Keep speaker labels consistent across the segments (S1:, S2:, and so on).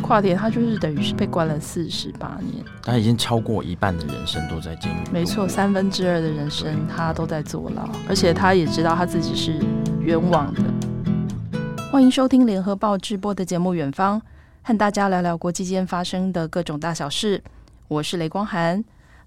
S1: 跨铁他就是等于是被关了四十八年，
S2: 他已经超过一半的人生都在监狱度过。
S1: 没错，三分之二的人生他都在坐牢，而且他也知道他自己是冤枉的。欢迎收听联合报直播的节目《远方》，和大家聊聊国际间发生的各种大小事。我是雷光涵，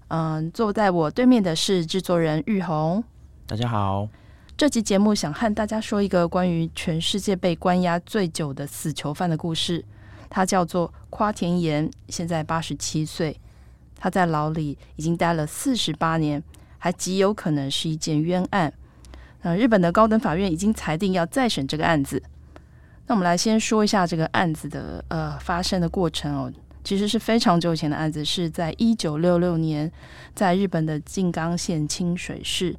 S1: 嗯、坐在我对面的是制作人玉红。
S2: 大家好，
S1: 这集节目想和大家说一个关于全世界被关押最久的死囚犯的故事，他叫做夸田岩，现在八十七岁，他在牢里已经待了四十八年，还极有可能是一件冤案。那日本的高等法院已经裁定要再审这个案子。那我们来先说一下这个案子的呃发生的过程哦，其实是非常久以前的案子，是在一九六六年，在日本的静冈县清水市。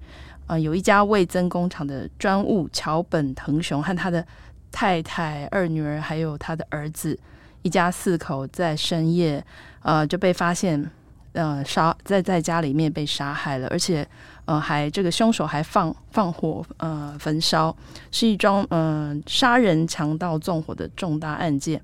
S1: 呃，有一家味增工厂的专务桥本藤雄和他的太太、二女儿还有他的儿子，一家四口在深夜，呃，就被发现，呃，杀在在家里面被杀害了，而且，呃，还这个凶手还放放火，呃，焚烧，是一桩呃杀人、强盗、纵火的重大案件。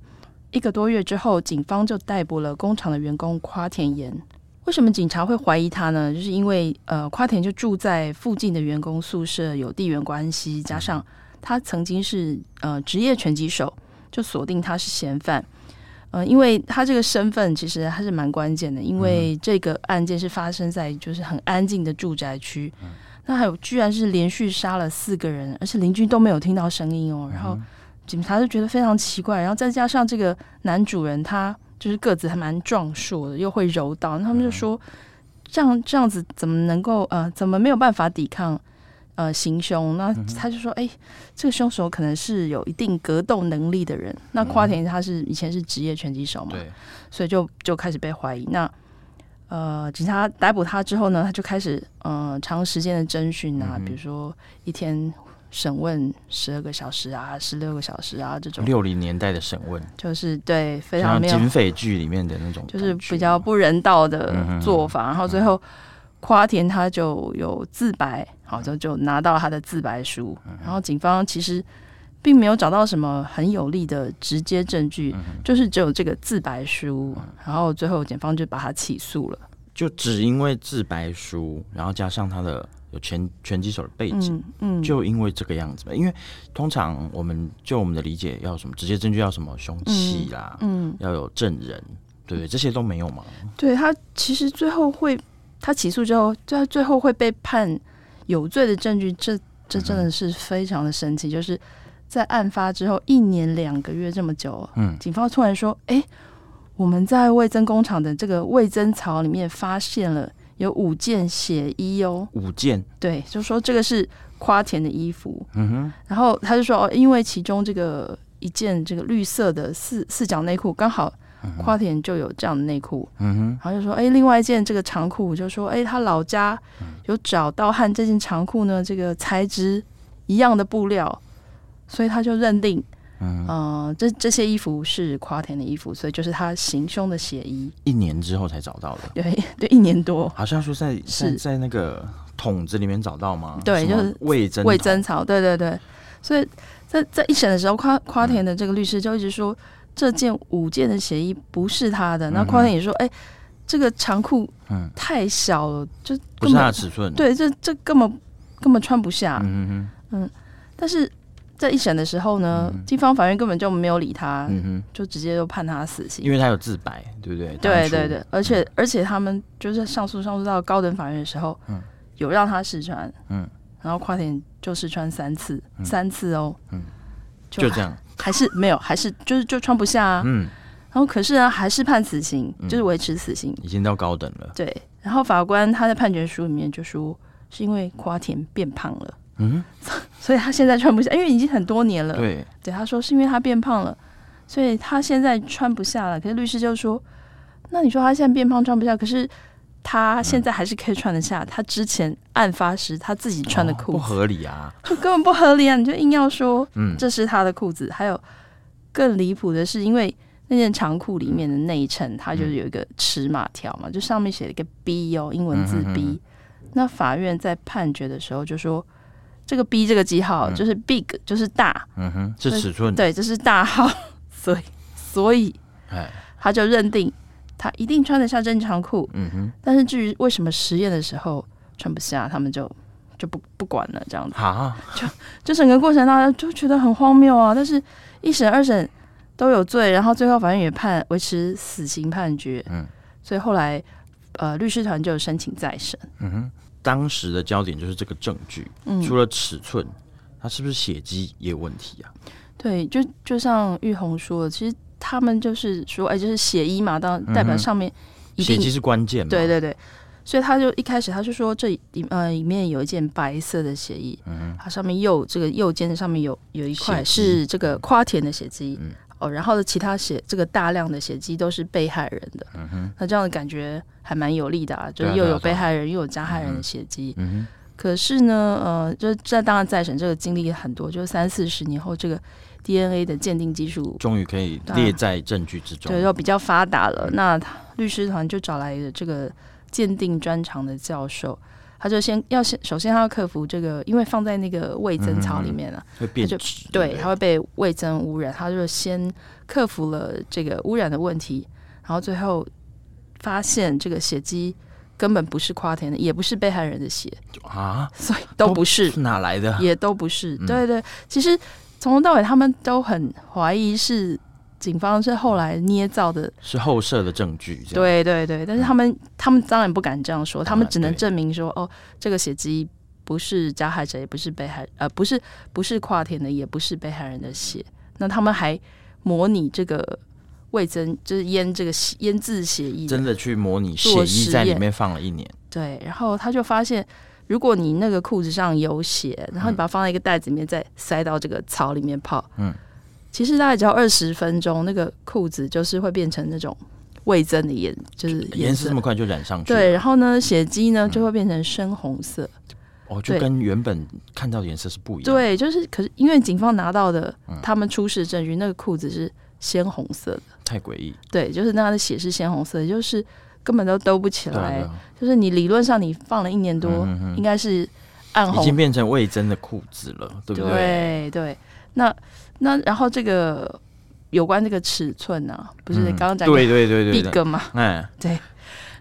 S1: 一个多月之后，警方就逮捕了工厂的员工夸田岩。为什么警察会怀疑他呢？就是因为呃，夸田就住在附近的员工宿舍，有地缘关系，加上他曾经是呃职业拳击手，就锁定他是嫌犯。呃，因为他这个身份其实还是蛮关键的，因为这个案件是发生在就是很安静的住宅区，那还有居然是连续杀了四个人，而且邻居都没有听到声音哦，然后警察就觉得非常奇怪，然后再加上这个男主人他就是个子还蛮壮硕的，又会柔道，那他们就说、这样这样子怎么能够呃怎么没有办法抵抗呃行凶？那他就说，哎、这个凶手可能是有一定格斗能力的人。那夸田他是以前是职业拳击手嘛，
S2: 对，
S1: 所以就就开始被怀疑。那呃，警察逮捕他之后呢，他就开始呃长时间的侦讯啊，
S2: 嗯哼
S1: 比如说一天审问十二个小时啊、十六个小时啊这种，
S2: 六零年代的审问，
S1: 就是对非常
S2: 像
S1: 没有
S2: 警匪剧里面的那种感
S1: 就
S2: 觉，
S1: 是比较不人道的
S2: 嗯哼
S1: 做法。然后最后，夸田他就有自白，好就就拿到他的自白书。
S2: 嗯
S1: 然后警方其实并没有找到什么很有力的直接证据，
S2: 嗯
S1: 就是只有这个自白书。然后最后检方就把他起诉了。
S2: 就只因为自白书，然后加上他的有拳拳击手的背景，
S1: 嗯嗯，
S2: 就因为这个样子吧。因为通常我们就我们的理解，要什么直接证据，要什么凶器啦，
S1: 嗯，
S2: 要有证人，对不对？这些都没有嘛。
S1: 对他其实最后会他起诉之后，最最后会被判有罪的证据，这这真的是非常的神奇，就是。在案发之后一年两个月这么久哦，
S2: 嗯，
S1: 警方突然说：“哎、我们在味增工厂的这个味增槽里面发现了有五件血衣哦。
S2: 五件，”
S1: 对，就说这个是夸田的衣服。
S2: 嗯哼，
S1: 然后他就说：“哦，因为其中这个一件这个绿色的四四角内裤，刚好夸田就有这样的内裤。
S2: 嗯哼，
S1: 然后就说：“哎、另外一件这个长裤，就说：哎、他老家
S2: 嗯
S1: 有找到和这件长裤呢这个材质一样的布料，所以他就认定。”
S2: 嗯，
S1: 嗯，这这些衣服是夸田的衣服，所以就是他行凶的血衣，
S2: 一年之后才找到的，
S1: 对对，一年多。
S2: 好像说在在
S1: 是
S2: 在那个桶子里面找到吗？
S1: 对
S2: 什么
S1: 就是
S2: 味增
S1: 味
S2: 桶
S1: 增草，对对对，所以在在一审的时候，夸
S2: 嗯
S1: 夸田的这个律师就一直说，这件五件的血衣不是他的。那夸田也说，哎、这个长裤
S2: 嗯
S1: 太小了，就
S2: 不
S1: 根
S2: 是它
S1: 本
S2: 的尺寸，，
S1: 对，这这根本根本穿不下。
S2: 嗯哼
S1: 但是在一审的时候呢，地方法院根本就没有理他，
S2: 嗯哼，
S1: 就直接就判他死刑
S2: 因。为它有自白，对不
S1: 对
S2: 对？当初嗯
S1: 对对，，而且而且他们就是上诉上诉到高等法院的时候，
S2: 嗯
S1: 有让他试穿，
S2: 嗯
S1: 然后跨田就试穿三次，三次哦，
S2: 嗯
S1: 就
S2: 就这，样，
S1: 还是没有，还是就是就穿不下啊。
S2: 嗯，
S1: 然后可是呢，还是判死刑，就是维持死刑。
S2: 已经到高等了，
S1: 对，然后法官他在判决书里面就说，是因为跨田变胖了，
S2: 嗯，
S1: 所以他现在穿不下，因为已经很多年了。
S2: 对，
S1: 对，他说是因为他变胖了，所以他现在穿不下了。可是律师就说，那你说他现在变胖穿不下，可是他
S2: 嗯
S1: 现在还是可以穿得下。他之前案发时他自己穿的
S2: 哦
S1: 裤
S2: 不
S1: 子，
S2: 合理啊，
S1: 就根本不合理啊！你就硬要说
S2: 嗯，
S1: 这是他的裤子。还有更离谱的是，因为那件长裤里面的内衬，它
S2: 嗯
S1: 就是有一个尺码条嘛，就上面写了一个 B 哦，英文字
S2: 嗯哼
S1: B。那法院在判决的时候就说，这个 B 这个记
S2: 嗯
S1: 号就是 big，就是大。
S2: 嗯哼，是尺寸，
S1: 对，这是大号，所以所以
S2: 哎，
S1: 他就认定他一定穿得下正常裤，
S2: 嗯哼，
S1: 但是至于为什么实验的时候穿不下，他们就就不不管了，这样子。
S2: 哈，
S1: 就整个过程大家就觉得很荒谬啊，但是一审二审都有罪，然后最后法院也判维持死刑判决，
S2: 嗯，
S1: 所以后来呃律师团就申请再审，
S2: 嗯哼，当时的焦点就是这个证据，
S1: 嗯，
S2: 除了尺寸，它是不是血迹也有问题啊？
S1: 对，就就像玉红说的，其实他们就是说，哎、就是血衣嘛，当代表
S2: 嗯哼
S1: 上面一
S2: 血
S1: 定、
S2: 迹是关键嘛？
S1: 对，对对，所以他就一开始他就说这里呃里面有一件白色的血衣，它上面右这个右肩上面有有一块
S2: 嗯血迹
S1: 是这个夸田的血迹，
S2: 嗯
S1: 哦，然后的其他血这个大量的血迹都是被害人的，
S2: 嗯哼，
S1: 那这样的感觉还蛮有力的啊，就是
S2: 对啊
S1: 又
S2: 对啊
S1: 有
S2: 对
S1: 被
S2: 啊
S1: 害人又有加害人
S2: 嗯
S1: 的血迹，
S2: 嗯
S1: 可是呢，呃，就是这当然再审这个经历很多，就是三四十年后这个 DNA 的鉴定技术
S2: 哼，终于可以
S1: 对啊
S2: 列在证据之中。
S1: 对，又比较发达了。那他律师团就找来了这个鉴定专长的教授，他就先要先首先他要克服这个，因为放在那个味增草里面啊，
S2: 会变
S1: 就
S2: 质，
S1: 对，
S2: 不
S1: 它会被味增污染，他就先克服了这个污染的问题，然后最后发现这个血迹。根本不是夸田的，也不是被害人的血，
S2: 啊，
S1: 所以都不是，
S2: 是哪来的？
S1: 也都不是。
S2: 嗯
S1: 对对，其实从头到尾他们都很怀疑是警方是后来捏造的
S2: 是后设的证据，这样，
S1: 对对对，但是他们、他们当然不敢这样说，他们
S2: 当然
S1: 只能
S2: 对
S1: 证明说，哦，这个血迹不是加害者，也不是被害，呃，不是不是跨田的，也不是被害人的血。那他们还模拟这个味增，就是腌这个血腌制血液的，
S2: 真的去模拟血
S1: 做
S2: 衣
S1: 实
S2: 在里
S1: 验
S2: 面放了一年，
S1: 对。然后他就发现，如果你那个裤子上有血，然后你把它放在一个袋子里面，再塞到这个草里面泡，
S2: 嗯，
S1: 其实大概只要二十分钟，那个裤子就是会变成那种味增的颜，就是
S2: 颜
S1: 颜
S2: 色
S1: 色
S2: 这么快就染上去，
S1: 对，，然后呢，血迹
S2: 嗯
S1: 呢就会变成深红色。
S2: 哦，就
S1: 对
S2: 跟原本看到的颜色是不一样，，嗯
S1: 对，就是可是因为警方拿到的他们出示的证据，那个裤子是鲜红色的，
S2: 太诡异，
S1: 对，就是那他的血是鲜红色的，就是根本都兜不起
S2: 对啊
S1: 来。
S2: 对啊，
S1: 就是你理论上你放了一年多，
S2: 嗯嗯嗯
S1: 应该是暗
S2: 已经
S1: 红，
S2: 变成味增的裤子了，对不对？
S1: 哦对对。那那然后这个有关这个尺寸啊，不是
S2: 嗯
S1: 刚刚讲
S2: 对对对对
S1: 第
S2: 对，
S1: 个嘛？
S2: 哎，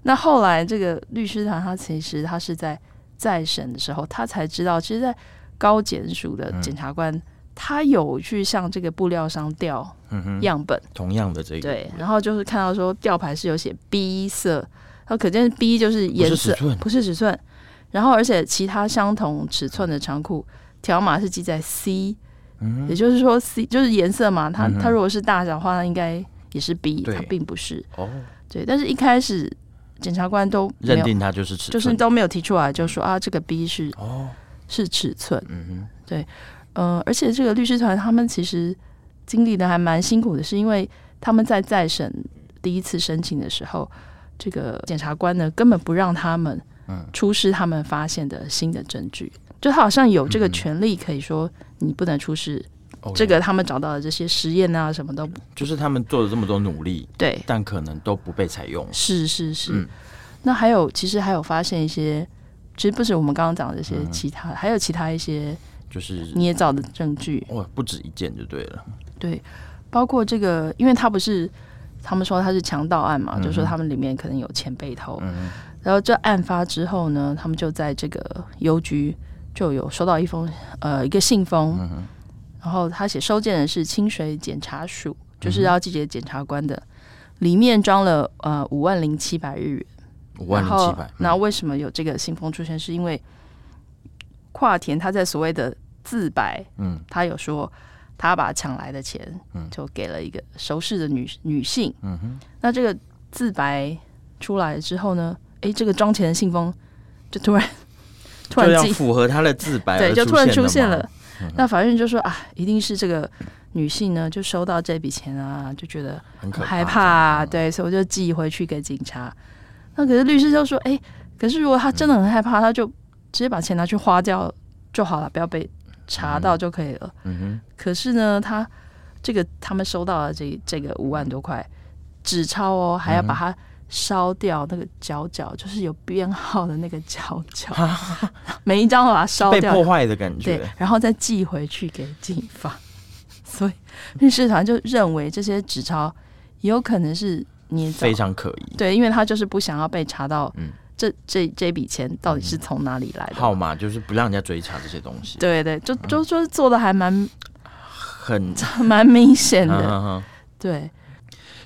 S1: 那后来这个律师团，他其实他是在再审的时候，他才知道，其实，在高检署的检察官，他有去向这个布料商调
S2: 嗯哼，
S1: 样本，
S2: 同样的这个，
S1: 对，然后就是看到说吊牌是有写 B 色，然后可见 B 就是
S2: 不
S1: 颜
S2: 是尺
S1: 色，
S2: 寸，
S1: 不是尺寸，然后而且其他相同尺寸的长裤条码是记在 C，
S2: 嗯
S1: 也
S2: 哼，
S1: 就是说 C 就是颜色嘛，它
S2: 嗯哼
S1: 它如果是大小的话，那应该也是 B，
S2: 对
S1: 它并不是，
S2: 哦，
S1: 对，但是一开始检察官都没有
S2: 认定它就是尺寸，
S1: 就是都没有提出来，就说啊，这个 B 是
S2: 哦，
S1: 是尺寸，
S2: 嗯
S1: 呃，而且这个律师团他们其实经历的还蛮辛苦的，是因为他们在再审第一次申请的时候，这个检察官呢根本不让他们
S2: 嗯
S1: 出示他们发现的新的证据，就他好像有
S2: 嗯
S1: 这个权利可以说你不能出示
S2: 哼，OK，
S1: 这个他们找到的这些实验啊什么都不
S2: 哦就是他们做了这么多努力，
S1: 对，
S2: 但可能都不被采用，
S1: 是是是。
S2: 嗯
S1: 那还有，其实还有发现一些，其实不止我们刚刚讲的这些，
S2: 嗯
S1: 其他、还有其他一些
S2: 就是
S1: 捏造的证据，
S2: 哇，不止一件就对了，
S1: 对，包括这个，因为他不是他们说他是强盗案嘛，
S2: 嗯哼
S1: 就说他们里面可能有钱被偷。
S2: 嗯
S1: 然后这案发之后呢，他们就在这个邮局就有收到一封呃一个信封，
S2: 嗯哼，
S1: 然后他写收件人是清水检察署，
S2: 嗯
S1: 就是要季节检察官的，里面装了呃五万零七百日元。
S2: 五万
S1: 然
S2: 零
S1: 后
S2: 七百，嗯
S1: 那为什么有这个信封出现？是因为跨田他在所谓的自白，
S2: 嗯，
S1: 他有说他把抢来的钱，
S2: 嗯
S1: 就给了一个熟识的女女性。
S2: 嗯哼，
S1: 那这个自白出来之后呢，诶，这个装钱的信封就突 然突
S2: 就
S1: 然
S2: 要
S1: 记
S2: 符合他的自白，
S1: 对，就突然出现
S2: 了
S1: 了
S2: 嘛，。
S1: 那法院就说啊，一定是这个女性呢，就收到这笔钱啊，就觉得
S2: 很可
S1: 很
S2: 怕，
S1: 害怕、啊对，所以我就寄回去给警察。那可是律师就说：“哎、可是如果他真的很害怕，他就直接把钱拿去花掉就好了，不要被查到就可以了。
S2: 嗯
S1: 可是呢，他这个他们收到了这这个五万多块纸钞哦，
S2: 嗯
S1: 还要把它烧掉那个角角，就是有编号的那个角角， 每一张都把它烧
S2: 哼，被
S1: 掉，
S2: 破坏的感
S1: 对
S2: 觉，，
S1: 然后再寄 回去给警方。所以律师团就认为这些纸钞也有可能是捏造
S2: 非。常可疑。
S1: 对，因为他就是不想要被查到
S2: 嗯
S1: 这、这这笔钱到底是从哪里来的。
S2: 号码就是不让人家追查这些东西，
S1: 对对，就
S2: 嗯
S1: 就就是做的还蛮
S2: 很
S1: 蛮明显
S2: 嗯
S1: 的。
S2: 嗯嗯
S1: 对，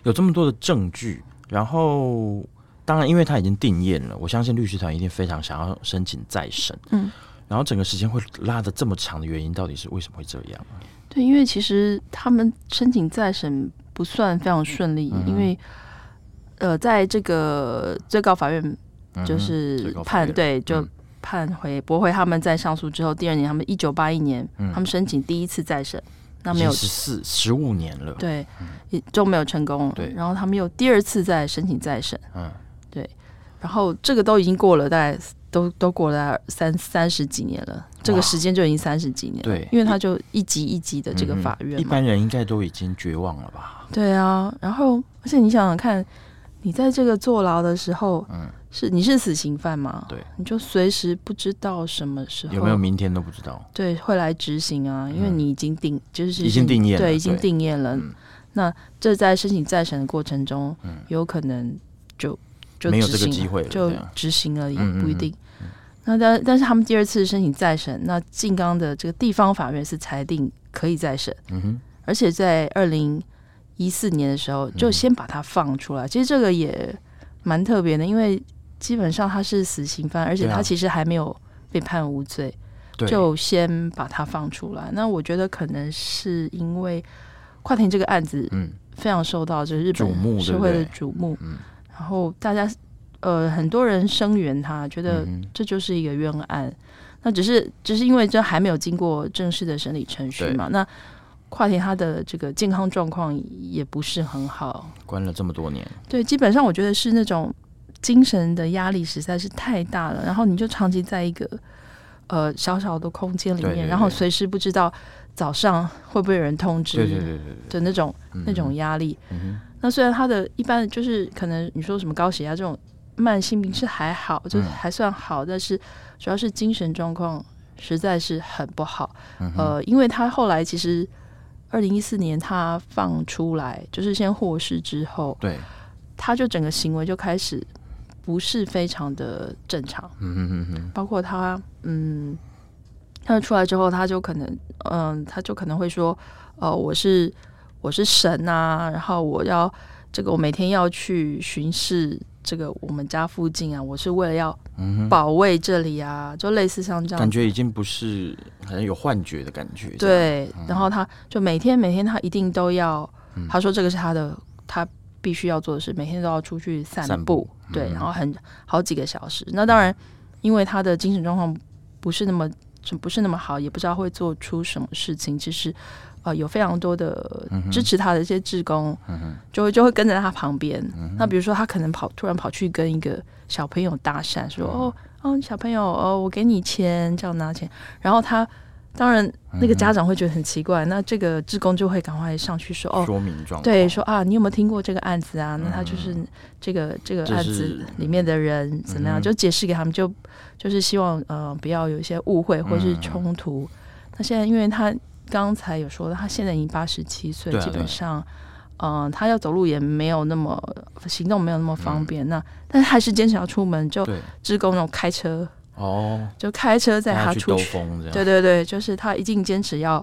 S2: 有这么多的证据，然后当然，因为他已经定验了，我相信律师团一定非常想要申请再审。
S1: 嗯，
S2: 然后整个时间会拉的这么长的原因，到底是为什么会这样？
S1: 对，因为其实他们申请再审不算非常顺利，
S2: 嗯哼
S1: 因为呃，在这个最高法院
S2: 嗯哼
S1: 就是
S2: 最高法
S1: 判、
S2: 院
S1: 对就
S2: 嗯。
S1: 判回驳回他们在上诉之后，第二年他们一九八一年、
S2: 嗯
S1: 他们申请第一次再审，那没有
S2: 十四十五年了，
S1: 对，也就没有成功。
S2: 嗯对
S1: 然后他们又第二次再申请再审，
S2: 嗯，
S1: 然后这个都已经过了大概都都过了大概三三十几年了，这个
S2: 哇
S1: 时间就已经三十几年了。
S2: 对
S1: 因为他就一级一级的这个
S2: 嗯哼
S1: 法院
S2: 一
S1: 嘛。
S2: 般人应该都已经绝望了吧？
S1: 对啊，然后而且你想想看，你在这个坐牢的时候，
S2: 嗯，
S1: 是你是死刑犯嘛？
S2: 对，
S1: 你就随时不知道什么时候
S2: 有没有明天都不知道。
S1: 对，会来执行啊，因为
S2: 嗯
S1: 你已经定，就是
S2: 已经定验了
S1: 对，已经
S2: 对
S1: 定验了。
S2: 嗯
S1: 那这在申请再审的过程中，
S2: 嗯
S1: 有可能就就
S2: 没有
S1: 执
S2: 这
S1: 行
S2: 个机会了
S1: 就
S2: 这样
S1: 执行了也
S2: 嗯嗯
S1: 不一
S2: 嗯
S1: 定。那但但是他们第二次申请再审，那静冈的这个地方法院是裁定可以再审，
S2: 嗯哼，
S1: 而且在二零一四年的时候就
S2: 嗯
S1: 先把他放出来。其实这个也蛮特别的，因为基本上他是死刑犯，而且
S2: 对啊
S1: 他其实还没有被判无罪。
S2: 对，
S1: 就先把它放出来。那我觉得可能是因为跨田这个案子
S2: 嗯，
S1: 非常受到就是日
S2: 瞩目
S1: 本
S2: 对
S1: 社
S2: 不
S1: 会的
S2: 对
S1: 瞩目，
S2: 嗯
S1: 然后大家呃很多人声援他，觉得
S2: 嗯哼
S1: 这就是一个冤案。那只是只是因为这还没有经过正式的审理程序
S2: 对
S1: 嘛？那跨田他的这个健康状况也不是很好，
S2: 关了这么多年，
S1: 对，基本上我觉得是那种精神的压力实在是太大了，然后你就长期在一个呃小小的空间里面，
S2: 对对对
S1: 然后随时不知道早上会不会有人通知
S2: 对对对对对，
S1: 的那种
S2: 嗯
S1: 那种，压力。
S2: 嗯
S1: 那虽然他的一般就是可能你说什么高血压这种慢性病是还好，就是
S2: 嗯
S1: 还算好，但是主要是精神状况实在是很不好。
S2: 嗯哼
S1: 呃，因为他后来其实二零一四年他放出来，就是先获释之后，
S2: 对，
S1: 他就整个行为就开始不是非常的正常，
S2: 嗯哼哼哼，
S1: 包括他，嗯，他出来之后，他就可能，嗯，他就可能会说，呃，我是我是神啊，然后我要这个，我每天要去巡视这个我们家附近啊，我是为了要
S2: 嗯哼，
S1: 保卫这里啊，就类似像这样
S2: 感觉已经不是好像有幻觉的感觉。这样，
S1: 对，
S2: 嗯
S1: 然后他就每天每天他一定都要，他说这个是他的他必须要做的事，每天都要出去散
S2: 散
S1: 步
S2: 步，嗯
S1: 对，然后很好几个小时。那当然，因为他的精神状况不是那么不是那么好，也不知道会做出什么事情，其实。呃，有非常多的
S2: 嗯
S1: 支持他的一些志工，就会就会跟在他旁边。那比如说，他可能跑突然跑去跟一个小朋友搭讪，说：“哦哦，小朋友，哦，我给你钱，这样拿钱。”然后他当然那个家长会觉得很奇怪，那这个志工就会赶快上去说：“哦，
S2: 说明状况
S1: 对，说啊，你有没有听过这个案子啊？那他就是这个这个
S2: 这
S1: 案
S2: 嗯是
S1: 子里面的人怎么样，
S2: 嗯
S1: 就解释给他们，就就是希望呃不要有一些误会或是
S2: 嗯
S1: 冲突。那现在因为他刚才有说，他现在已经八十七岁，
S2: 对啊
S1: 基
S2: 对
S1: 本
S2: 啊
S1: 上。嗯、他要走路也没有那么行动，没有那么方便。那但是还是坚持要出门，就
S2: 嗯对
S1: 志工那种开车，
S2: 哦，
S1: 就开车载
S2: 带
S1: 他
S2: 去
S1: 出
S2: 兜
S1: 去。
S2: 风这样，
S1: 对对对，就是他一定坚持要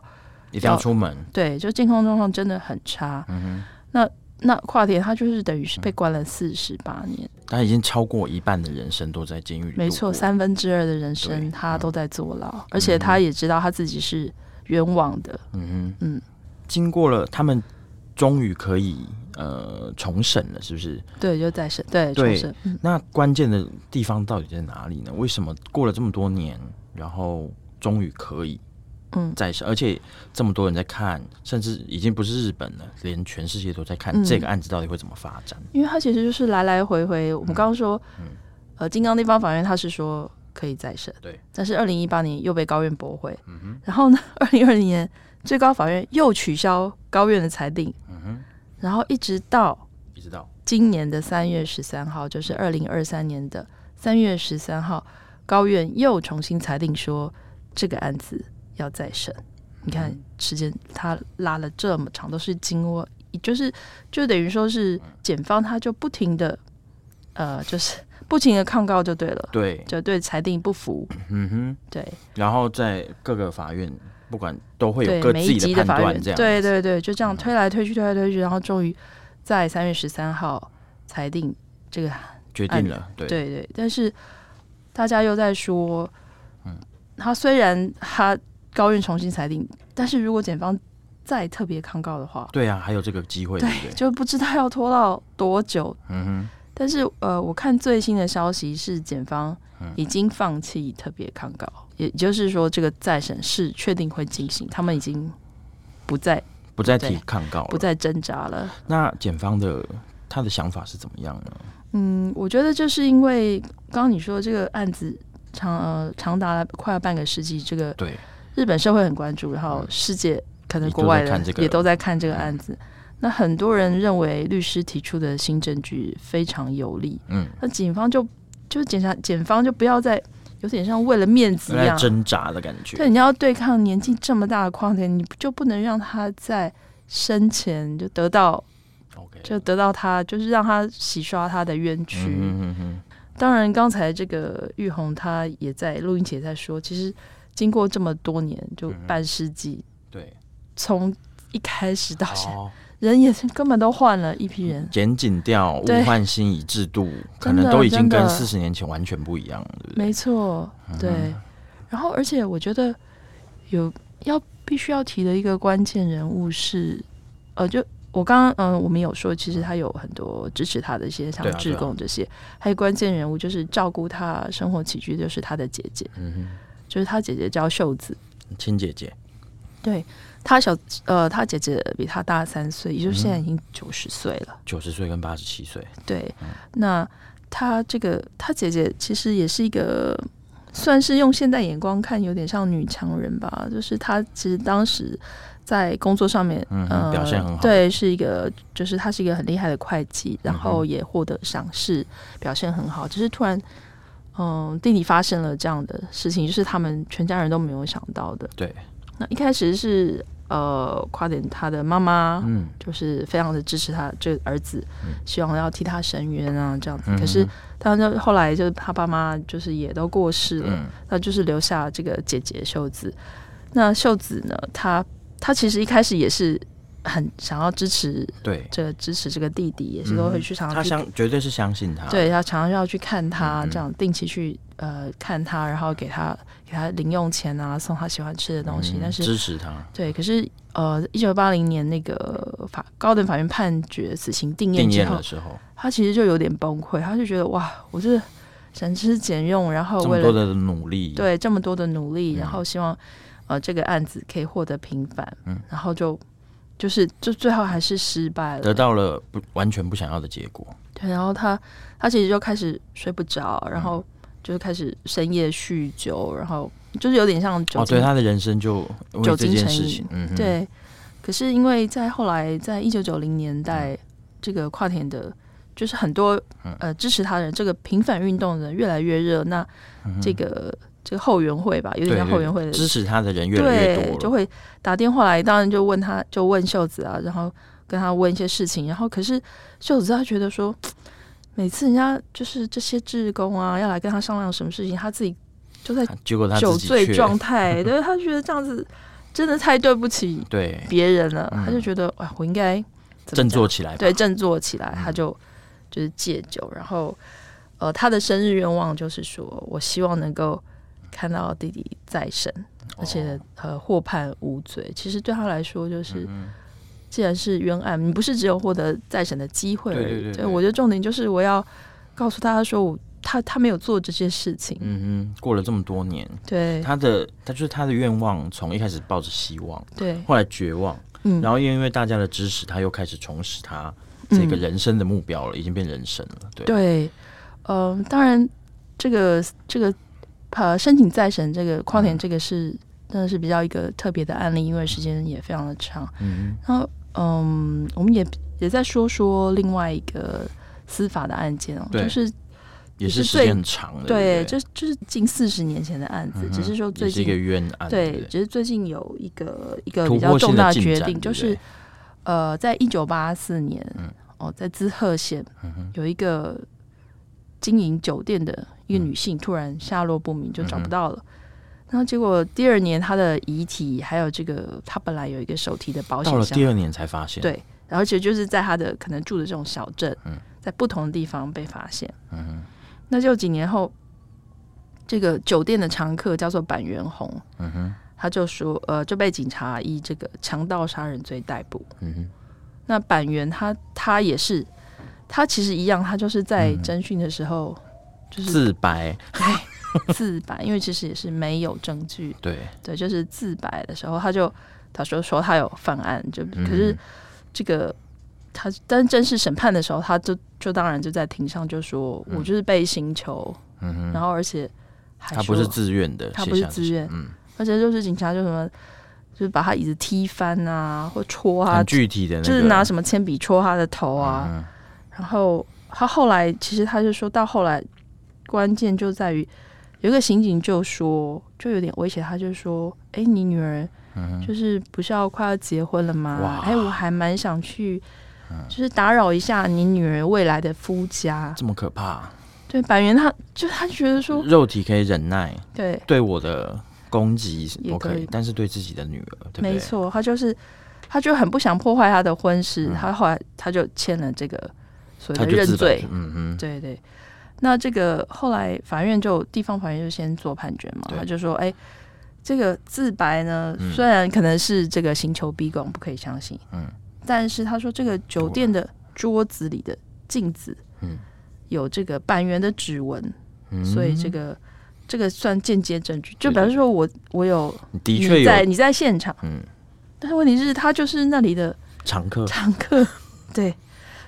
S2: 一定要出门。
S1: 对，就健康状况真的很差。
S2: 嗯
S1: 那那跨田他就是等于是被关了四十八年，
S2: 哼，他已经超过一半的人生都在监狱里度过。
S1: 没错，三分之二的人生
S2: 对嗯
S1: 他都在坐牢，而且他也知道他自己是冤枉的。
S2: 嗯哼，
S1: 嗯
S2: 嗯，经过了他们终于可以呃重审了，是不是？
S1: 对，就再审，对，重
S2: 对
S1: 审。嗯
S2: 那关键的地方到底在哪里呢？为什么过了这么多年，然后终于可以
S1: 嗯，
S2: 再审，而且这么多人在看，甚至已经不是日本了，连全世界都在看
S1: 嗯
S2: 这个案子到底会怎么发展？
S1: 因为他其实就是来来回回，
S2: 嗯
S1: 我们刚刚说，呃，金刚地方法院他是说可以再审，
S2: 对，嗯
S1: 但是二零一八年又被高院驳回，然后呢，二零二零年最高法院又取消高院的裁定，
S2: 嗯哼，
S1: 然后一直到
S2: 不知道，
S1: 今年的三月十三号，就是二零二三年的三月十三号，高院又重新裁定说这个案
S2: 嗯
S1: 子要再审。你看时间，它拉了这么长，都是经过一就是就等于说是检方他就不停的，呃，就是 不停的抗告就对了，
S2: 对，
S1: 就对裁定不服，
S2: 嗯哼，
S1: 对
S2: 然后在各个法院，不管都会有
S1: 对
S2: 各自
S1: 每一
S2: 己
S1: 级
S2: 的判
S1: 法
S2: 断，
S1: 院，
S2: 这样，嗯
S1: 对，对对，就这样推来推去推来推去，然后终于在三月十三号裁定这个
S2: 决定了，对，
S1: 哎对对，但是大家又在说，
S2: 嗯
S1: 他虽然他高院重新裁定，但是如果检方再特别抗告的话，
S2: 对啊，还有这个机会，对不
S1: 对，
S2: 对？
S1: 就不知道要拖到多久。
S2: 嗯
S1: 但是呃，我看最新的消息是，检方
S2: 嗯
S1: 已经放弃特别抗告，也就是说，这个再审是确定会进行，他们已经不再
S2: 哼，不再
S1: 对
S2: 提抗告
S1: 不
S2: 了。
S1: 再挣扎了。
S2: 那检方的他的想法是怎么样呢？
S1: 嗯，我觉得就是因为刚刚你说这个案子长呃长达了快要半个世纪，这个
S2: 对，
S1: 日本社会很关注，然后世界可能国外
S2: 嗯也都在
S1: 的也都在
S2: 看这个嗯
S1: 看这个案子。那很多人认为律师提出的新证据非常有力，
S2: 嗯，
S1: 那警方就就是检察检方就不要再有点像为了面子一
S2: 在
S1: 样，
S2: 挣扎的感觉，
S1: 对，你要对抗年纪这么大的匡田，你就不能让他在生前就得到
S2: OK，
S1: 就得到他就是让他洗刷他的冤屈。
S2: 嗯哼哼
S1: 当然，刚才这个玉红他也在录音前在说，其实经过这么多年，就
S2: 嗯
S1: 半世纪，
S2: 对，
S1: 从一开始到现在，
S2: 好，嗯
S1: 人也是根本都换了一批人，
S2: 检警调、物
S1: 对
S2: 换新以制度，可
S1: 真的
S2: 能都已经
S1: 真的
S2: 跟四十年前完全不一样了，对不对？
S1: 没错，
S2: 嗯
S1: 对。然后，而且我觉得有要必须要提的一个关键人物是，呃，就我刚刚嗯、我们有说，其实他有很多支持他的一些像
S2: 对啊
S1: 志
S2: 对啊
S1: 工这些，还有关键人物就是照顾他生活起居，就是他的姐姐，
S2: 嗯
S1: 就是他姐姐叫秀子，
S2: 哼，亲姐姐，
S1: 他小呃，他姐姐比他大三岁，也就是现在已经九十岁了。
S2: 九十岁跟八十七岁，
S1: 对，
S2: 嗯
S1: 那她这个她姐姐其实也是一个，算是用现代眼光看有点像女强人吧，就是她其实当时在工作上面，
S2: 嗯哼
S1: 呃，
S2: 表现很好
S1: 对，是一个就是她是一个很厉害的会计，然
S2: 嗯
S1: 后也获得赏识，表现很好，只是突然。嗯，弟弟发生了这样的事情，就是他们全家人都没有想到的。
S2: 对，
S1: 那一开始是呃，夸点他的妈妈，
S2: 嗯，
S1: 就是非常的支持他这个儿子，希望要替他伸冤啊这样子。
S2: 嗯
S1: 可是，他就后来就是他爸妈就是也都过世了，
S2: 嗯
S1: 那就是留下这个姐姐秀子。那秀子呢，她她其实一开始也是很想要支持
S2: 对，
S1: 这个支持这个弟弟，也是都会去常
S2: 他
S1: 常去、
S2: 相绝对是相信他，，
S1: 对他常常要去看他，
S2: 嗯嗯
S1: 这样定期去呃看他，然后给他给他零用钱啊，送他喜欢吃的东西。但是
S2: 嗯支持他，
S1: 对，可是呃，一九八零年那个法高等法院判决死刑定谳
S2: 定
S1: 之
S2: 验
S1: 后
S2: 的，时候，
S1: 他其实就有点崩溃，他就觉得哇，我这省吃俭用，然后
S2: 这
S1: 为
S2: 么多
S1: 了
S2: 的努力，，
S1: 对这么多的努力，
S2: 嗯
S1: 然后希望呃这个案子可以获得平反，
S2: 嗯
S1: 然后就就是就最后还是失败
S2: 得
S1: 了，
S2: 到了不完全不想要的结果，
S1: 对，然后他他其实就开始睡不着，
S2: 嗯
S1: 然后就是开始深夜酗酒，然后就是有点像酒
S2: 哦，
S1: 精
S2: 对，他的人生就因为
S1: 酒
S2: 这
S1: 精
S2: 件
S1: 成
S2: 事
S1: 瘾
S2: 情，嗯哼，
S1: 对，可是因为在后来，在一九九零年
S2: 嗯
S1: 代，这个跨田的，就是很多呃支持他的人，这个平反运动的人越来越热，那
S2: 嗯
S1: 这个、这个后援会吧，有
S2: 对，
S1: 点像
S2: 对
S1: 后援会的
S2: 支持他的人越来越
S1: 对，就
S2: 多了，
S1: 会打电话来，当然就问他，就问秀子啊，然后跟他问一些事情，然后可是秀子她觉得说，每次人家就是这些志工啊，要来跟他商量什么事情，他自己就在
S2: 结果他
S1: 酒
S2: 自己
S1: 醉
S2: 却
S1: 状态，对他觉得这样子真的太对不起
S2: 对
S1: 别人了，
S2: 嗯
S1: 他就觉得哎，我应该怎么讲
S2: 振作起来嗯吧，
S1: 对振作起来，他就就是戒酒，然后呃，他的生日愿望就是说我希望能够看到弟弟再生，
S2: 哦
S1: 而且呃获判无罪。其实对他来说，就是、
S2: 嗯
S1: 既然是冤案，你不是只有获得再审的机会而已。
S2: 对对对对
S1: 我觉得重点就是我要告诉大家说我。他他没有做这些事情，
S2: 嗯哼，过了这么多年，
S1: 对
S2: 他的他就是他的愿望，从一开始抱着希望，
S1: 对，
S2: 后来绝望，
S1: 嗯
S2: 然后因为大家的支持，他又开始重拾他这个
S1: 嗯
S2: 人生的目标了，已经变人生了，对，
S1: 对，呃，当然这个这个呃申请再审这个跨
S2: 嗯
S1: 年这个是真的是比较一个特别的案例，因为时间也非常的长。
S2: 嗯
S1: 然后嗯，我们也也在说说另外一个司法的案件哦，
S2: 对
S1: 就是
S2: 哼，也是
S1: 是
S2: 时
S1: 最
S2: 间很长的，
S1: 对，
S2: 不
S1: 就是就是近四十年前的案子，
S2: 嗯哼
S1: 只是说最
S2: 也是一个
S1: 近
S2: 冤案，对
S1: 对
S2: 不，对，
S1: 只是最近有一个一个
S2: 突
S1: 比较
S2: 破
S1: 重
S2: 性
S1: 大
S2: 的
S1: 决
S2: 进展
S1: 定，就
S2: 对
S1: 是
S2: 不对
S1: 呃，在一九八四年，
S2: 嗯
S1: 哦，在滋贺县、有一个经营酒店的一个女性突然下落不明，就找不到了。
S2: 嗯
S1: 然后结果第二年，她的遗体还有这个，她本来有一个手提的保
S2: 到
S1: 险
S2: 了
S1: 箱
S2: 第，二年才发现，
S1: 对，而且就是在他的可能住的这种小镇，
S2: 嗯
S1: 在不同的地方被发现。那就几年后，这个酒店的常客叫做板垣宏，
S2: 嗯
S1: 他就说，呃，就被警察以这个强盗杀人罪逮捕。
S2: 嗯哼，
S1: 那板垣他他也是，他其实一样，他就是在侦讯的时候、就是
S2: 嗯自白，
S1: 自白，因为其实也是没有证据，
S2: 对，
S1: 对，就是自白的时候，他就他说说他有犯案，就
S2: 嗯
S1: 可是这个他，但正式审判的时候，他就就当然就在庭上就说，我就是被刑求，然后而且还
S2: 嗯他
S1: 说
S2: 不是自愿的，
S1: 他
S2: 写
S1: 不是
S2: 下这
S1: 自
S2: 些
S1: 愿
S2: 嗯，
S1: 而且就是警察就什么，就是把他椅子踢翻啊，或戳他
S2: 很，具体的那个，
S1: 就是拿什么铅笔戳他的头啊，
S2: 嗯
S1: 然后他后来其实他就说到后来，关键就在于有一个刑警就说，就有点威胁他，就说：“哎，你女儿就是不是要快要结婚了吗
S2: 嗯哇？嗯
S1: 哎，我还蛮想去，就是打扰一下你女儿未来的夫家。
S2: 这么可怕，”啊
S1: 对，板垣他就他觉得说，
S2: 肉体可以忍耐，
S1: 对，
S2: 呃对我的攻击
S1: 也
S2: 我
S1: 可
S2: 可以
S1: 以，
S2: 但是对自己的女儿，对不对？
S1: 没错，他就是他就很不想破坏他的婚事，他后来他就签了这个所谓
S2: 嗯他
S1: 的
S2: 就
S1: 认
S2: 自白
S1: 罪
S2: 说，嗯嗯，
S1: 对对，那这个后来法院就地方法院就先做判决嘛，
S2: 对
S1: 他就说，哎，这个自白呢，
S2: 嗯
S1: 虽然可能是这个刑求逼供，不可以相信，
S2: 嗯，
S1: 但是他说这个酒店的桌子里的镜子，
S2: 嗯，
S1: 有这个板垣的指纹，
S2: 嗯
S1: 所以这个这个算间接证据，就
S2: 对
S1: 表
S2: 对
S1: 示说我我有
S2: 的确
S1: 你在
S2: 有，
S1: 你在现场，
S2: 嗯，
S1: 但是问题是，他就是那里的
S2: 常客，
S1: 常客， 对，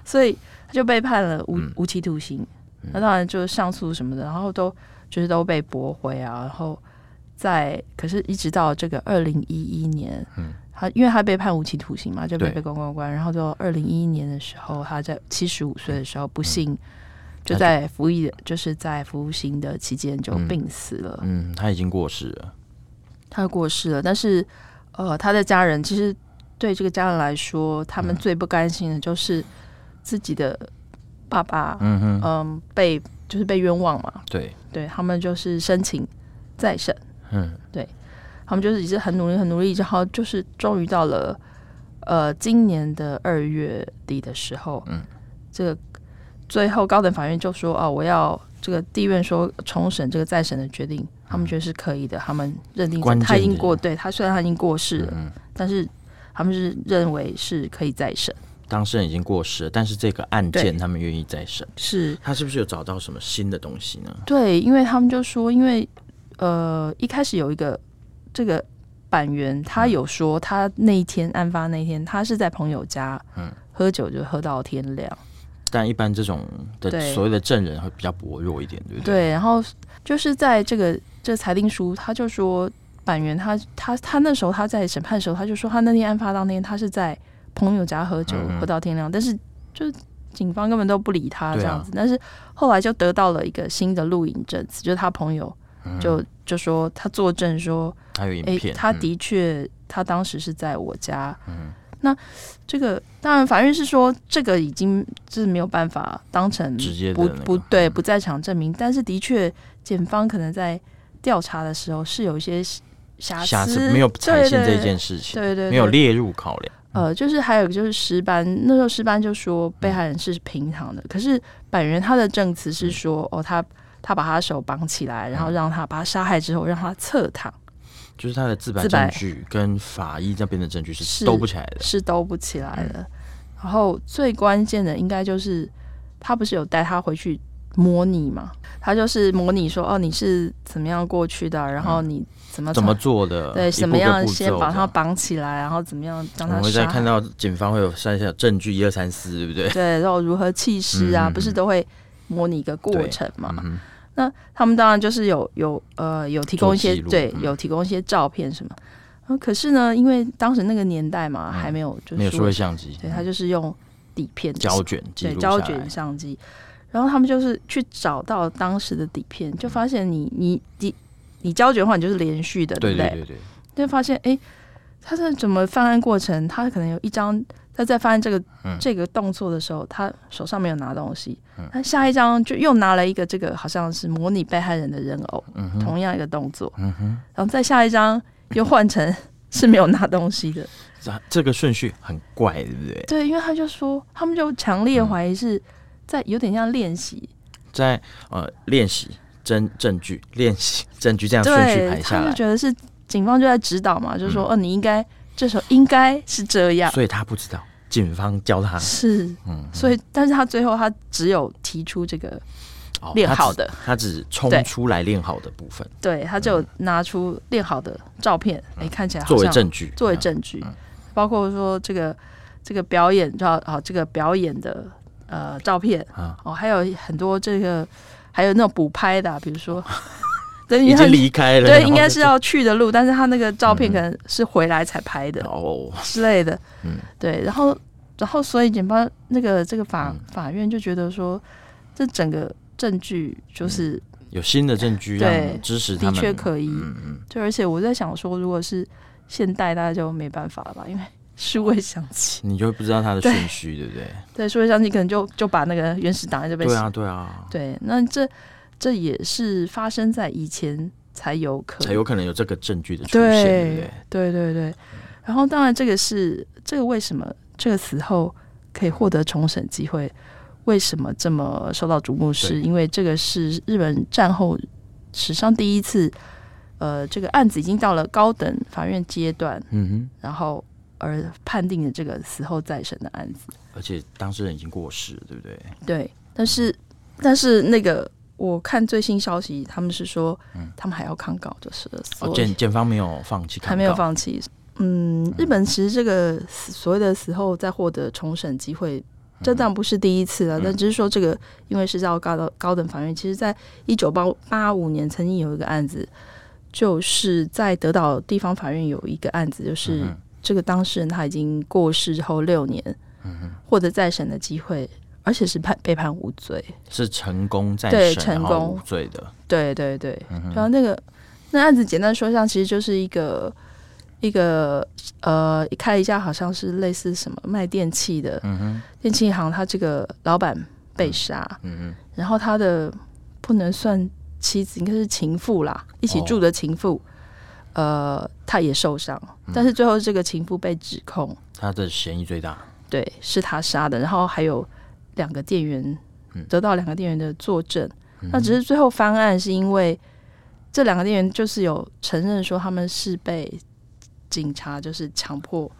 S1: 所以他就被判了无、
S2: 嗯
S1: 无期徒刑。那当然就是上诉什么的，然后都就是都被驳回啊。然后在可是，一直到这个二零一一年，
S2: 嗯
S1: 他因为他被判无期徒刑嘛，就被
S2: 对
S1: 被关关关。然后到二零一一年的时候，他在七十五岁的时候不幸
S2: 嗯
S1: 就
S2: 他就
S1: 在服役的，就是在服刑的期间就病死了。
S2: 嗯，他已经过世了，
S1: 他过世了，但是呃，他的家人其实对这个家人来说，他们最不甘心的就是自己的爸爸，
S2: 嗯
S1: 嗯、被就是被冤枉嘛，
S2: 对，
S1: 对他们就是申请再审，
S2: 嗯，
S1: 他们就是一直很努力很努力，然后就是终于到了呃今年的二月底的时候，
S2: 嗯，
S1: 这个最后高等法院就说哦，我要这个地院说重审这个再审的决定，他们觉得是可以的，他们认定
S2: 嗯关键
S1: 他已经
S2: 的
S1: 过，对他虽然他已经过世了，
S2: 嗯
S1: 但是他们是认为是可以再审，
S2: 当事人已经过世了，但是这个案
S1: 对
S2: 件他们愿意再审，
S1: 是
S2: 他是不是有找到什么新的东西呢？
S1: 对，因为他们就说，因为呃一开始有一个这个板垣，他有说他那一天案发那一天，他是在朋友家，
S2: 嗯
S1: 喝酒就喝到天亮，
S2: 但一般这种的
S1: 对
S2: 所谓的证人会比较薄弱一点，对不对？
S1: 对，然后就是在这个这裁定书，他就说板垣他他他那时候他在审判的时候，他就说他那天案发当天他是在朋友家喝酒、
S2: 嗯嗯
S1: 喝到天亮，但是就是警方根本都不理他
S2: 对
S1: 这
S2: 啊
S1: 样子，但是后来就得到了一个新的录影证词，就是他朋友
S2: 嗯
S1: 就、就说他作证说，
S2: 他有影
S1: 诶，
S2: 片，
S1: 他
S2: 嗯
S1: 的确、他当时是在我家，那这个当然法院是说这个已经是没有办法当成
S2: 直接的
S1: 不
S2: 那个嗯
S1: 不对不在场证明，但是的确检方可能在调查的时候是有一些瑕
S2: 下
S1: 疵
S2: 次没有
S1: 对
S2: 采信
S1: 对
S2: 这件事情，
S1: 对对对
S2: 没有列入考量，
S1: 呃，就是还有一个就是石斑，那时候石斑就说
S2: 嗯
S1: 被害人是平躺的，可是板垣他的证词是说，哦，他他把他手绑起来，
S2: 嗯
S1: 然后让他把他杀害之后让他侧躺，
S2: 就是他的自白
S1: 自白
S2: 证据跟法医那边的证据是
S1: 是
S2: 兜不起来的，嗯
S1: 是兜不起来的。然后最关键的应该就是他不是有带他回去模拟嘛？他就是模拟说，哦，你是怎么样过去的，啊然后你怎么
S2: 嗯怎么做的，
S1: 对
S2: 一
S1: 怎
S2: 步
S1: 么
S2: 个
S1: 样
S2: 步
S1: 先
S2: 骤
S1: 把
S2: 这
S1: 他
S2: 样
S1: 绑起来，然后怎么样
S2: 我
S1: 将他
S2: 们会
S1: 杀
S2: 再
S1: 害
S2: 看到检方会有三下证据一二三四，对不对？
S1: 对，然后如何弃尸啊，
S2: 嗯嗯
S1: 不是都会模拟一个过
S2: 对
S1: 程嘛？
S2: 嗯哼，
S1: 那他们当然就是有有呃有提供一些
S2: 做记录
S1: 对
S2: 嗯
S1: 有提供一些照片什么。呃可是呢，因为当时那个年代嘛，还没有就
S2: 嗯没有
S1: 是
S2: 数位相机，
S1: 对他就是用底片
S2: 胶卷记
S1: 对
S2: 录
S1: 胶
S2: 下来
S1: 卷相机，然后他们就是去找到当时的底片，就发现你你你你胶卷的话，你就是连续的，
S2: 对
S1: 不
S2: 对对对，
S1: 就发现哎，诶他是怎么犯案过程？他可能有一张他在发现这个、
S2: 嗯
S1: 这个动作的时候，他手上没有拿东西，他下一张就又拿了一个这个好像是模拟被害人的人偶，
S2: 嗯
S1: 同样一个动作，然后再下一张又换成 是没有拿东西的。
S2: 这这个顺序很怪，对不对？
S1: 对，因为他就说，他们就强烈
S2: 嗯
S1: 怀疑是在有点像练习，
S2: 在呃练习证证据练习证据这样顺序
S1: 对，
S2: 排下
S1: 他就
S2: 来，嗯
S1: 觉得是警方就在指导嘛，就说、哦，你应该这时候应该是这样，
S2: 所以他不知道，警方教他，
S1: 是，
S2: 嗯，
S1: 所以但是他最后他只有提出这个
S2: 哦
S1: 练好，的，
S2: 他只他只冲
S1: 对
S2: 出来练好的部分
S1: 对他就拿出练好的照片，哎、看起来好
S2: 嗯作为
S1: 像
S2: 证据，嗯
S1: 作为证据，包括说这个这个表演照啊，这个表演的呃照片
S2: 啊
S1: 哦，还有很多这个还有那种补拍的啊、比如说， 对，
S2: 哦嗯已
S1: 因为
S2: 经
S1: 他
S2: 离开了，
S1: 对
S2: 然后
S1: 应该
S2: 就是
S1: 要去的路，但是他那个照片可能是回来才拍的
S2: 嗯哦，
S1: 之类的，
S2: 嗯
S1: 对，然后然后所以检方那个这个法、
S2: 嗯
S1: 法院就觉得说，这整个证据就是
S2: 有新的证据
S1: 对
S2: 让支持嗯他
S1: 的
S2: 们，
S1: 确可疑。
S2: 嗯嗯，
S1: 就而且我在想说，如果是现代，大家就没办法了吧，因 为数位相机，
S2: 你就会不知道他的
S1: 对
S2: 顺序，对不对？
S1: 对，数位相机可能就就把那个原始档案就被
S2: 对啊，对啊，
S1: 对，那这这也是发生在以前才有可
S2: 才有可能有这个证据的出现，对不
S1: 对
S2: 对？
S1: 对对对，然后当然这个是这个为什么这个死后可以获得重审机会，为什么这么受到瞩目是？
S2: 对
S1: 因为这个是日本战后史上第一次，呃，这个案子已经到了高等法院阶段，
S2: 嗯
S1: 然后而判定的这个死后再审的案子。
S2: 哼，而且当事人已经过世了，对不对？
S1: 对，但是但是那个我看最新消息，他们是说、他们还要抗告，就是了所
S2: 嗯哦，
S1: 以
S2: 检检方没有放弃，
S1: 还没有，放弃。嗯，日本其实这个死所谓的死后再获得重审机
S2: 嗯
S1: 会，这当然不是第一次了，但只是说这个因为是到高等高等法院，其实在一九八八五年曾经有一个案子，就是在德岛地方法院有一个案子，就是
S2: 嗯哼
S1: 这个当事人他已经过世之后六年，
S2: 嗯
S1: 获得再审的机会，而且是判被判无罪。
S2: 是成功在
S1: 对
S2: 审
S1: 成
S2: 然后
S1: 功
S2: 无罪的，
S1: 对对对，
S2: 嗯
S1: 然后那个那案子简单说一下，其实就是一个一个呃开了一家好像是类似什么卖电器的、
S2: 嗯哼，
S1: 电器行，他这个老板被杀，
S2: 嗯
S1: 然后他的不能算妻子，应该是情妇啦，一起
S2: 哦
S1: 住的情妇，呃，他也受伤，
S2: 嗯
S1: 但是最后这个情妇被指控，
S2: 哼，他的嫌疑最大，
S1: 对，是他杀的，然后还有两个店员
S2: 嗯
S1: 得到两个店员的作证，那只是最后翻案是因为这两个店员就是有承认说他们是被警察就是强迫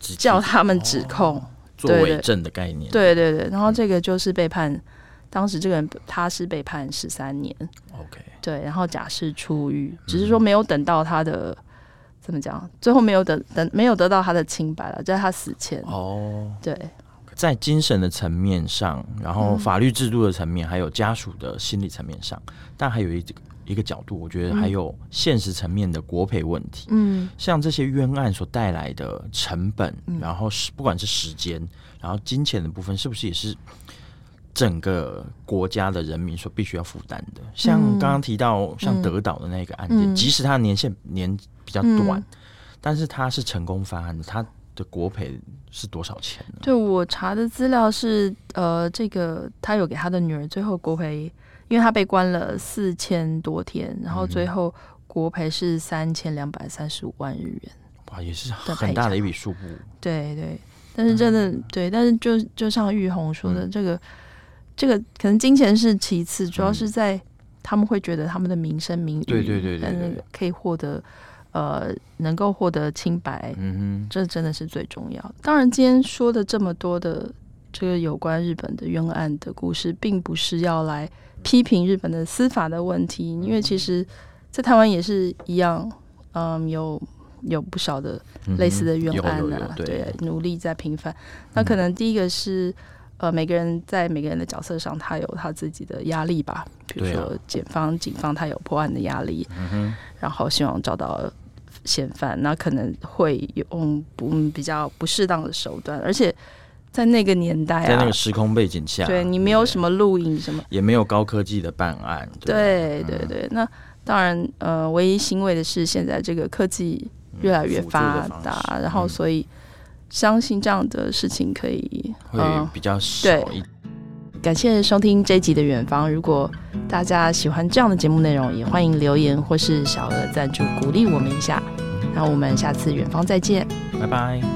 S2: 只
S1: 叫他们指
S2: 哦
S1: 控，
S2: 作
S1: 对
S2: 为
S1: 对
S2: 证的概念，
S1: 对对对，然后这个就是被判，当时这个人他是被判十三年，
S2: ，OK，
S1: 对，然后假释出狱，只
S2: 嗯
S1: 是说没有等到他的。怎么讲？最后没有等等，没有得到他的清白了，在他死前。
S2: 哦，
S1: 对，
S2: 在精神的层面上，
S1: 嗯
S2: 然后法律制度的层面，还有家属的心理层面上，但还有一一个角度，我觉得还有现实层面的国赔问题。
S1: 嗯，
S2: 像这些冤案所带来的成本，然后是不管是时间，然后金钱的部分，是不是也是整个国家的人民所必须要负担的？像刚刚提到，像德岛的那个案件，
S1: 嗯
S2: 即使它的年限年比较短，但是它是成功发案的，它的国赔是多少钱呢？
S1: 对我查的资料是，呃，这个他有给他的女儿最后国赔，因为他被关了四千多天，然后最
S2: 嗯
S1: 后国赔是三千两百三十五万日元。
S2: 哇，也是
S1: 的
S2: 很
S1: 赔
S2: 大的
S1: 偿
S2: 一笔数目。
S1: 对对，但是真的、
S2: 嗯
S1: 对，但是就就像玉红说的，这个这个可能金钱是其次，主要是在他们会觉得他们的名声名誉，
S2: 嗯对对对对
S1: 跟
S2: 对对
S1: 可以获得呃能够获得清白，
S2: 嗯
S1: 这真的是最重要的。当然，今天说的这么多的这个有关日本的冤案的故事，并不是要来批评日本的司法的问题，因为其实，在台湾也是一样，嗯，有有不少的
S2: 嗯哼，
S1: 类似的冤
S2: 有
S1: 案
S2: 有有嗯
S1: 啊，
S2: 对，
S1: 努力在平反。那可能第一个是。呃，每个人在每个人的角色上，他有他自己的压力吧。比如
S2: 对啊嗯
S1: 说，检方、警方，他有破案的压力，然后希望找到嫌犯，那可能会用不嗯比较不适当的手段，而且在那个年代
S2: 在那
S1: 啊
S2: 个，时空背景下，
S1: 对你没有
S2: 对
S1: 什么录影什么，
S2: 也没有高科技的办案，
S1: 对对
S2: 嗯
S1: 对，那当然，呃，唯一欣慰的是现在这个科技越来越
S2: 嗯辅助的
S1: 发
S2: 方
S1: 达，
S2: 式嗯
S1: 然后所以相信这样的事情可以嗯
S2: 会比较少一
S1: 感谢收听这一集的远方。如果大家喜欢这样的节目内容，也欢迎留言或是小额赞助鼓励我们一下。那我们下次远方再见，
S2: 拜拜。